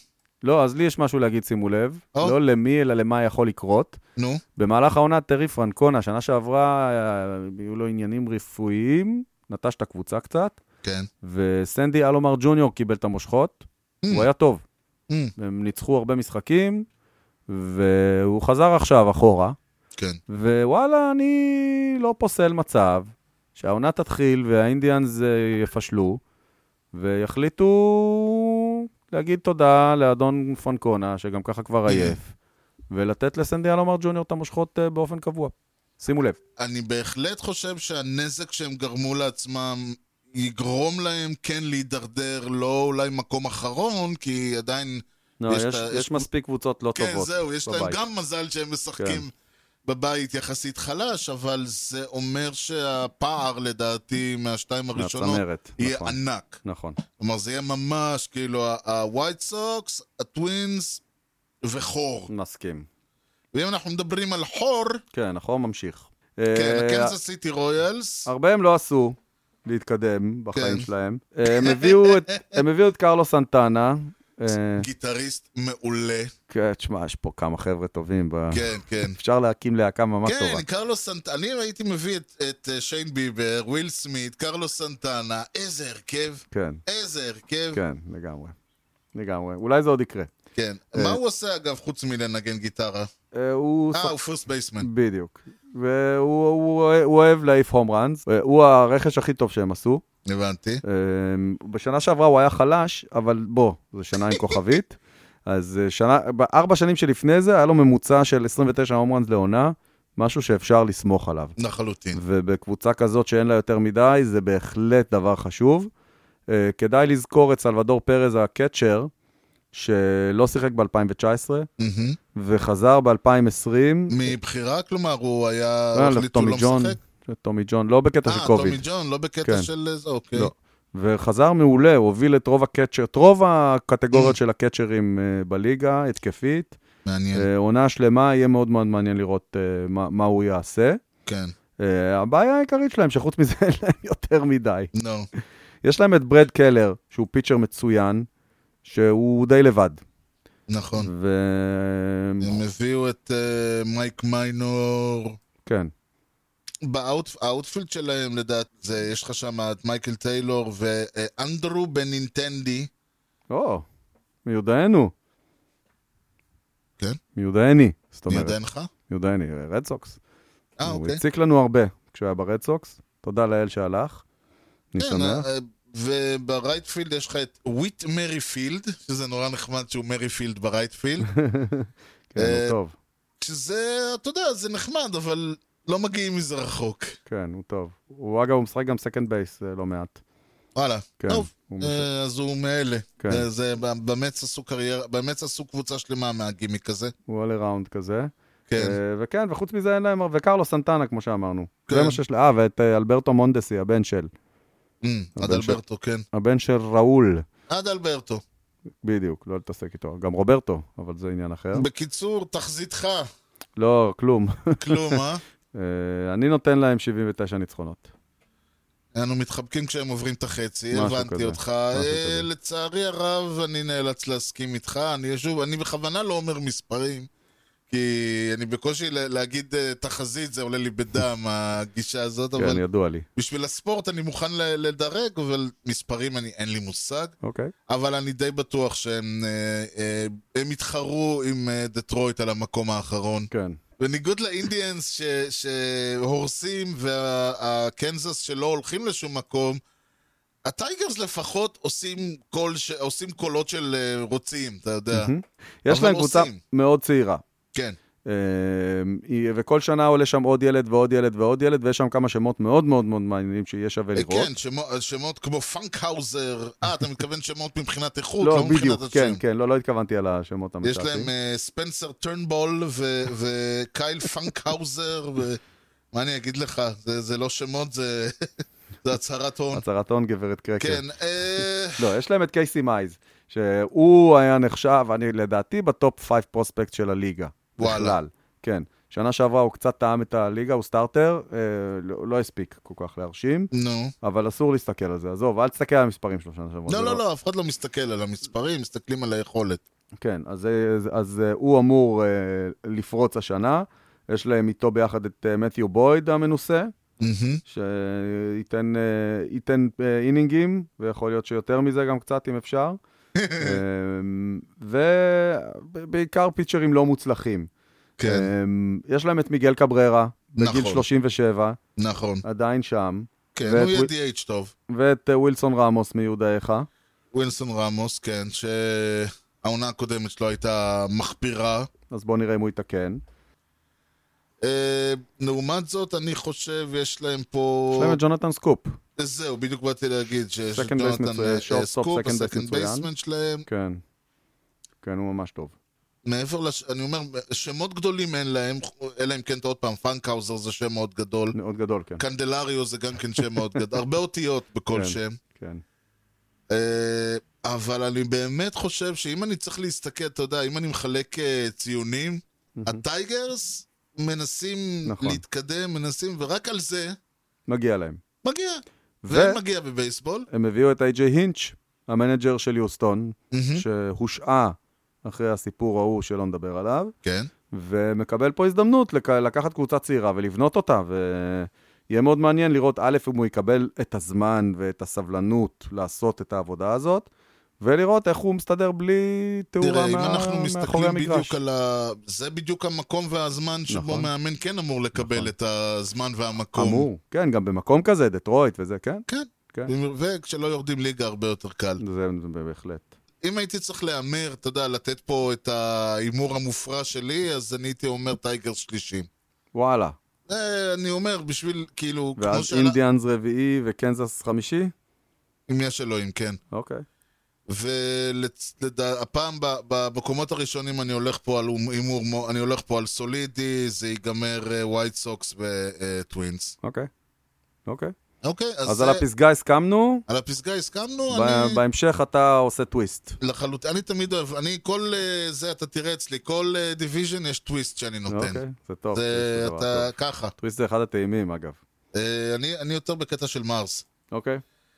לא, אז לי יש משהו להגיד, שימו לב. או. לא למי, אלא למה יכול לקרות. נו, במהלך העונה, טרי פרנקונה, שנה שעברה, אה, היו לו עניינים רפואיים, נטש את הקבוצה קצת, כן. וסנדי אלומר ג'וניור קיבל את המושכות, הוא היה טוב. Mm, הם ניצחו הרבה משחקים, והוא חזר עכשיו אחורה, כן. ווואלה, אני לא פוסל מצב שהעונה תתחיל והאינדיאנס אה, יפשלו, ויחליטו להגיד תודה לאדון פרנקונה, שגם ככה כבר עייף, ולתת לסנדי אלומר ג'וניור את המושכות אה, באופן קבוע. שימו לב. אני בהחלט חושב שהנזק שהם גרמו לעצמם יגרום להם כן להידרדר, לא אולי מקום אחרון, כי עדיין... לא, יש יש, את יש, ה- יש- מספיק קבוצות לא כן, טובות. זהו, יש להם בבית. גם מזל שהם משחקים כן. בבית יחסית חלש, אבל זה אומר שהפער, לדעתי, מהשתיים הראשונות, מהצמרת, יהיה נכון. ענק. נכון. כלומר, זה יהיה ממש כאילו הווייט סוקס, הטווינס וחור. מסכים. ואם אנחנו מדברים על חור, כן, החור ממשיך. כן, אה, הקנזס סיטי רויאלס, הרבה הם לא עשו להתקדם בחיים כן. שלהם. אה, הם הביאו את- הם הביאו את קרלו סנטנה. אה, גיטריסט מעולה. כן, תשמע, יש פה כמה חבר'ה טובים. ב- כן, כן. אפשר להקים להקה ממש טובה. כן, קרלוס סנטנה, אני הייתי מביא את, את אה, שיין ביבר, וויל סמית, קרלוס סנטנה, איזה הרכב, כן, איזה הרכב, כן. כן, לגמרי. לגמרי. אולי זה עוד יקרה. מה הוא עושה אגב חוץ מלנגן גיטרה? אה, הוא... אה, שח- הוא פרסט בייסמן. בדיוק. והוא הוא- הוא אוהב להעיף הום ראנס. הוא הרכש הכי טוב שהם עשו. הבנתי. אה, בשנה שעברה הוא היה חלש, אבל בוא, זו שנה עם כוכבית. אז אה, שנה, בארבע שנים שלפני זה, היה לו ממוצע של 29 הומרנס לעונה, משהו שאפשר לסמוך עליו. לחלוטין. ובקבוצה כזאת שאין לה יותר מדי, זה בהחלט דבר חשוב. אה, כדאי לזכור את סלבדור פרז הקצ'ר, שלא שיחק ב-2019, מהמם. וחזר ב-2020. מבחירה, כלומר, הוא היה... אה, החליט שהוא טומי לא ג'ון, משחק? טומי ג'ון, לא בקטע של אה, טומי קוביד. ג'ון, לא בקטע כן. של... איזה, אוקיי. לא. וחזר מעולה, הוא הוביל את רוב הקצ'ר, את רוב הקטגוריות של הקצ'רים אה, בליגה, התקפית. מעניין, אה, עונה שלמה, יהיה מאוד מאוד מעניין לראות אה, מה מה הוא יעשה. כן. אה, הבעיה העיקרית שלהם, שחוץ מזה אין להם יותר מדי. לא. יש להם את ברד קלר, שהוא פיצ'ר מצוין, שהוא די לבד. נכון. ו... לא. הם הביאו את אה, מייק מיינור. כן, באאוטפילד שלהם, לדעת, זה, יש לך שם את מייקל טיילור ואנדרו בנינטנדי. או, מיודענו. כן? מיודעני, זאת אני אומרת. יודע לך? מיודעני, רד סוקס. אה, הוא אוקיי. הציק לנו הרבה כשהוא היה ברד סוקס. תודה לאל שהלך. אני כן, שמח. אה, אה, וברייטפילד יש לך את וויט מריפילד, שזה נורא נחמד שהוא מריפילד ברייטפילד. כן, הוא אה, טוב. שזה, אתה יודע, זה נחמד, אבל לא מגיעים מזה רחוק. כן, הוא טוב. הוא אגב, הוא משחק גם סקנד בייס אה, לא מעט. וואלה. כן, טוב, הוא אה, משהו. אז הוא מאלה. כן. אה, זה, במץ עשו קריירה, במץ עשו קבוצה שלמה מהגימיק הזה. הוא all around כזה. כן. אה, וכן, וחוץ מזה אין להם, וקרלו סנטנה, כמו שאמרנו. כן. זה מה שיש לה, אה, ואת אה, אלברטו מונדסי, הבן של. אמ, עד הבן אלברטו, כן. הבן של ראול. עד אלברטו. בדיוק, לא להתעסק איתו. גם רוברטו, אבל זה עניין אחר. בקיצור, תחזיתך. לא, כלום. כלום, אה? אה, אני נותן להם 79 ניצחונות. אנו מתחבקים כשהם עוברים את החצי, משהו הבנתי כזה, אותך. משהו אה, כזה. לצערי הרב, אני נאלץ להסכים איתך. אני שוב, אני בכוונה לא אומר מספרים, כי אני בקושי לה- להגיד אה, תחזית, זה עולה לי בדם, הגישה הזאת, כן, אבל ידוע לי. בשביל הספורט אני מוכן ל- לדרג, אבל מספרים אני- אין לי מושג. אוקיי. אבל אני די בטוח שהם אה, אה, הם התחרו עם אה, דטרויט על המקום האחרון. כן. בניגוד לאינדיאנס ש, שהורסים והקנזס שלא הולכים לשום מקום, הטייגרס לפחות עושים, קול ש, עושים קולות של אה, רוצים, אתה יודע. יש אבל להם קבוצה עושים. מאוד צעירה. כן, אה, היא- וכל שנה עולה שם עוד ילד ועוד ילד ועוד ילד, ויש שם כמה שמות מאוד מאוד מאוד מעניינים שיהיה שווה אה, לראות. כן שמו, שמות כמו פאנקהאוזר, אה, אתה מתכוון שמות מבחינת איכות, לא, לא, מבחינת בדיוק, השם. כן, כן, לא, לא התכוונתי על השמות יש המתעתעים. להם אה, ספנסר טרנבול ו- וקייל פאנקהאוזר, ו... מה אני אגיד לך, זה, זה לא שמות, זה, זה הצהרת הון. הצהרת הון, גברת קרקר. אה, כן, אה, לא, יש להם את קייסי מייז, שהוא היה נחשב, אני לדעתי, בטופ 5 פרוספקט של הליגה. וואלה. בכלל, כן. שנה שעברה הוא קצת טעם את הליגה, הוא סטארטר, אה, לא, לא הספיק כל כך להרשים, נו. אבל אסור להסתכל על זה, עזוב, אל תסתכל על המספרים שלו שנה שעברה. זה לא, לא, לא, אף אחד לא מסתכל על המספרים, מסתכלים על היכולת. כן, אז, אז, אז אה, הוא אמור אה, לפרוץ השנה, יש להם איתו ביחד את אה, מתיו בויד המנוסה, מהמם. שייתן אה, ייתן, אה, אינינגים, ויכול להיות שיותר מזה גם קצת, אם אפשר. ובעיקר פיצ'רים לא מוצלחים. כן, אמ, יש להם את מיגל קבררה, בגיל נכון. 37, נכון. עדיין שם, כן, ואת הוא וויל- יהיה DH טוב. ואת אה, ווילסון רמוס מיודעך. ווילסון רמוס, כן, שהעונה הקודמת שלו הייתה מחפירה. אז בואו נראה אם הוא יתקן. אה, לעומת זאת, אני חושב, יש להם פה... יש להם את ג'ונתן סקופ, זהו, בדיוק באתי להגיד שיש Second base מצוין, אה, shortstop, סקופ, second base הסקנד מצוין. בייסמן שלהם. כן. כן, הוא ממש טוב. מעבר לש... אני אומר, שמות גדולים אין להם, אלא אם כן, אתה עוד פעם, פאנקהאוזר זה שם מאוד גדול. מאוד גדול, כן. קנדלריו זה גם כן שם מאוד גדול. הרבה אותיות בכל כן. שם. כן. אה, אבל אני באמת חושב שאם אני צריך להסתכל, אתה יודע, אם אני מחלק אה, ציונים, הטייגרס מנסים נכון. להתקדם, מנסים, ורק על זה מגיע להם. מגיע. ו- ואין מגיע בבייסבול. הם הביאו את איי-ג'יי הינץ', המנג'ר של יוסטון, שהושעה אחרי הסיפור ההוא שלא נדבר עליו, כן. ומקבל פה הזדמנות לק... לקחת קבוצה צעירה ולבנות אותה, ויהיה מאוד מעניין לראות, א', אם הוא יקבל את הזמן ואת הסבלנות לעשות את העבודה הזאת, ולראות איך הוא מסתדר בלי תראה, תאורה אם מה... אנחנו מאחורי מסתכלים המגרש. בדיוק על ה... זה בדיוק המקום והזמן שבו נכון. מאמן כן אמור לקבל את הזמן והמקום. אמור, כן, גם במקום כזה, דטרויט וזה, כן, כן. כן. וכשלא יורדים ליגה הרבה יותר קל. זה, זה בהחלט. אם הייתי צריך להמר, אתה יודע, לתת פה את ההימור המופרע שלי, אז אני הייתי אומר טייגרס שלישים. וואלה. אה, אני אומר, בשביל, כאילו, כמו ואז שאלה... אינדיאנס רביעי וקנזס חמישי? אם יש אלוהים, כן. אוקיי. והפעם, במקומות הראשונים אני הולך פה על הימור, מו- אני הולך פה על סולידי, זה ייגמר אה, ווייט סוקס אה, וטווינס. אוקיי. אוקיי. אוקיי, אז, אז זה- על הפסגה הסכמנו, על הפסגה הסכמנו, ב- אני... בהמשך אתה עושה טוויסט. לחלוטין, אני תמיד אוהב, אני כל אה, זה, אתה תראה אצלי, כל דיוויז'ן יש טוויסט שאני נותן. אוקיי, זה טוב. זה, טוויסט דבר אתה טוב. ככה. טוויסט זה אחד הטעימים, אגב. אה, אני, אני יותר בקטע של מרס. אוקיי,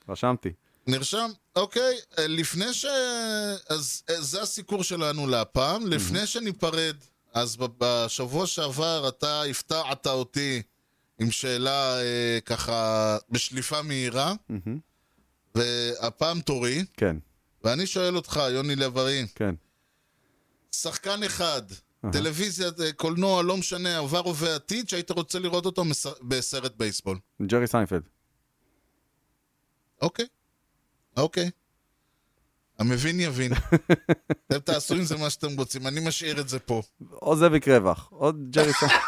רשמתי. נרשם? אוקיי, אה, לפני ש... אז אה, זה הסיקור שלנו להפעם. לפני שניפרד, אז ב- בשבוע שעבר אתה הפתעת אותי עם שאלה אה, ככה בשליפה מהירה, מהמם. והפעם תורי, כן, ואני שואל אותך, יוני לב-ארי, כן. שחקן אחד, טלוויזיה, אה, קולנוע, לא משנה, עבר ובעתיד, שהיית רוצה לראות אותו מס... בסרט בייסבול. ג'רי סיינפלד. אוקיי, אוקיי. המבין יבין. אתם תעשו עם זה מה שאתם רוצים, אני משאיר את זה פה. או זאביק רווח, או ג'רי סיינפלד.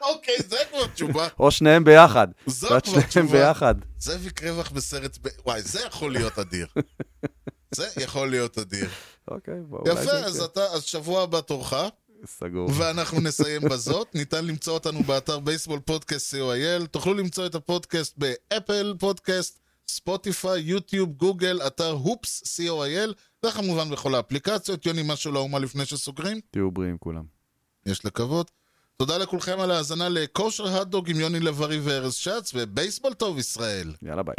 אוקיי, זה כבר זאת תשובה. או שניהם ביחד. זאת ואת כבר שניהם תשובה. ביחד. זאביק רווח בסרט... ב- וואי, זה יכול להיות אדיר. זה יכול להיות אדיר. אוקיי, בואו. אולי יפה, זה- כן. אז אתה, אז שבוע הבא תורך, סגור. ואנחנו נסיים בזאת. ניתן למצוא אותנו באתר בייסבול פודקאסט co.il. תוכלו למצוא את הפודקאסט באפל פודקאסט, ספוטיפיי, יוטיוב, גוגל, אתר הופס co.il, וכמובן בכל האפליקציות. יוני, משהו לאומה לפני שסוגרים? תהיו בריאים כולם. יש לקוות. תודה לכולכם על ההאזנה לכושר הדוג עם יוני לב-ארי וארז שץ, ובייסבול טוב ישראל. יאללה ביי.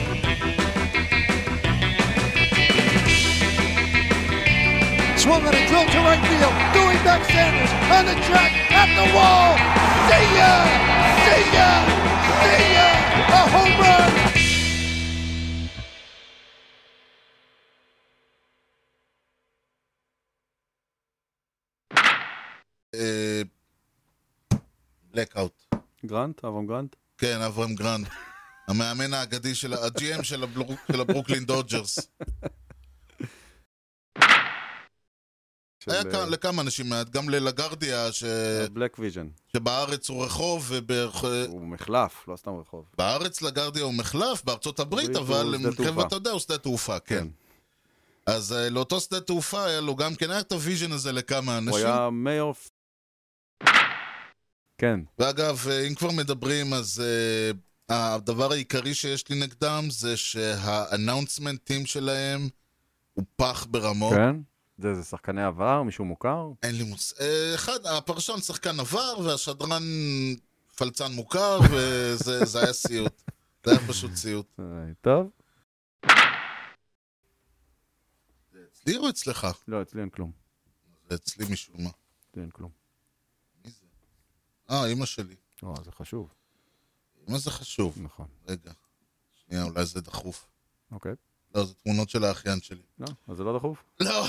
Swung on a drill to right field. Doing back Sanders on the track at the wall. See ya! See ya! See ya! A home run! אה, בלקאוט. גרנט, אברהם גרנט. כן, אברהם גרנד. המאמן האגדי של ה... הג'י.אם של הבלו- של הברוקלין דודג'רס. של, היה אה, אה, כאן לכמה אנשים, גם ללגרדיה, ש- בלק ויז'ן. שבארץ הוא רחוב, ובארץ הוא מחלף, לא סתם רחוב. לגרדיה הוא מחלף, בארצות הברית, הברית הוא אבל שדה חבר'ה, תעופה. אתה יודע, הוא שדה תעופה, כן. כן. אז אה, לאותו שדה תעופה היה לו גם כן, היה את הוויז'ן הזה לכמה הוא אנשים. היה מאיור... פ- כן, ואגב, אה, אם כבר מדברים, אז uh, הדבר העיקרי שיש לי נגדם זה שהאנאונסמנט טים שלהם הוא פח ברמות. כן. זה זה שחקני עבר, מישהו מוכר? אין לי מושג. אה, אחד, הפרשן שחקן עבר, והשדרן פלצן מוכר, וזה זה היה סיוט. זה היה פשוט סיוט. אה, טוב. אצלי או אצלך? לא, אצלי אין כלום. זה אצלי משום מה. אצלי אין כלום. אה, אימא שלי. לא, זה חשוב. מה זה חשוב? נכון. רגע. שנייה, אולי זה דחוף. אוקיי. לא, זה תמונות של האחיין שלי. לא, אז זה לא דחוף. לא.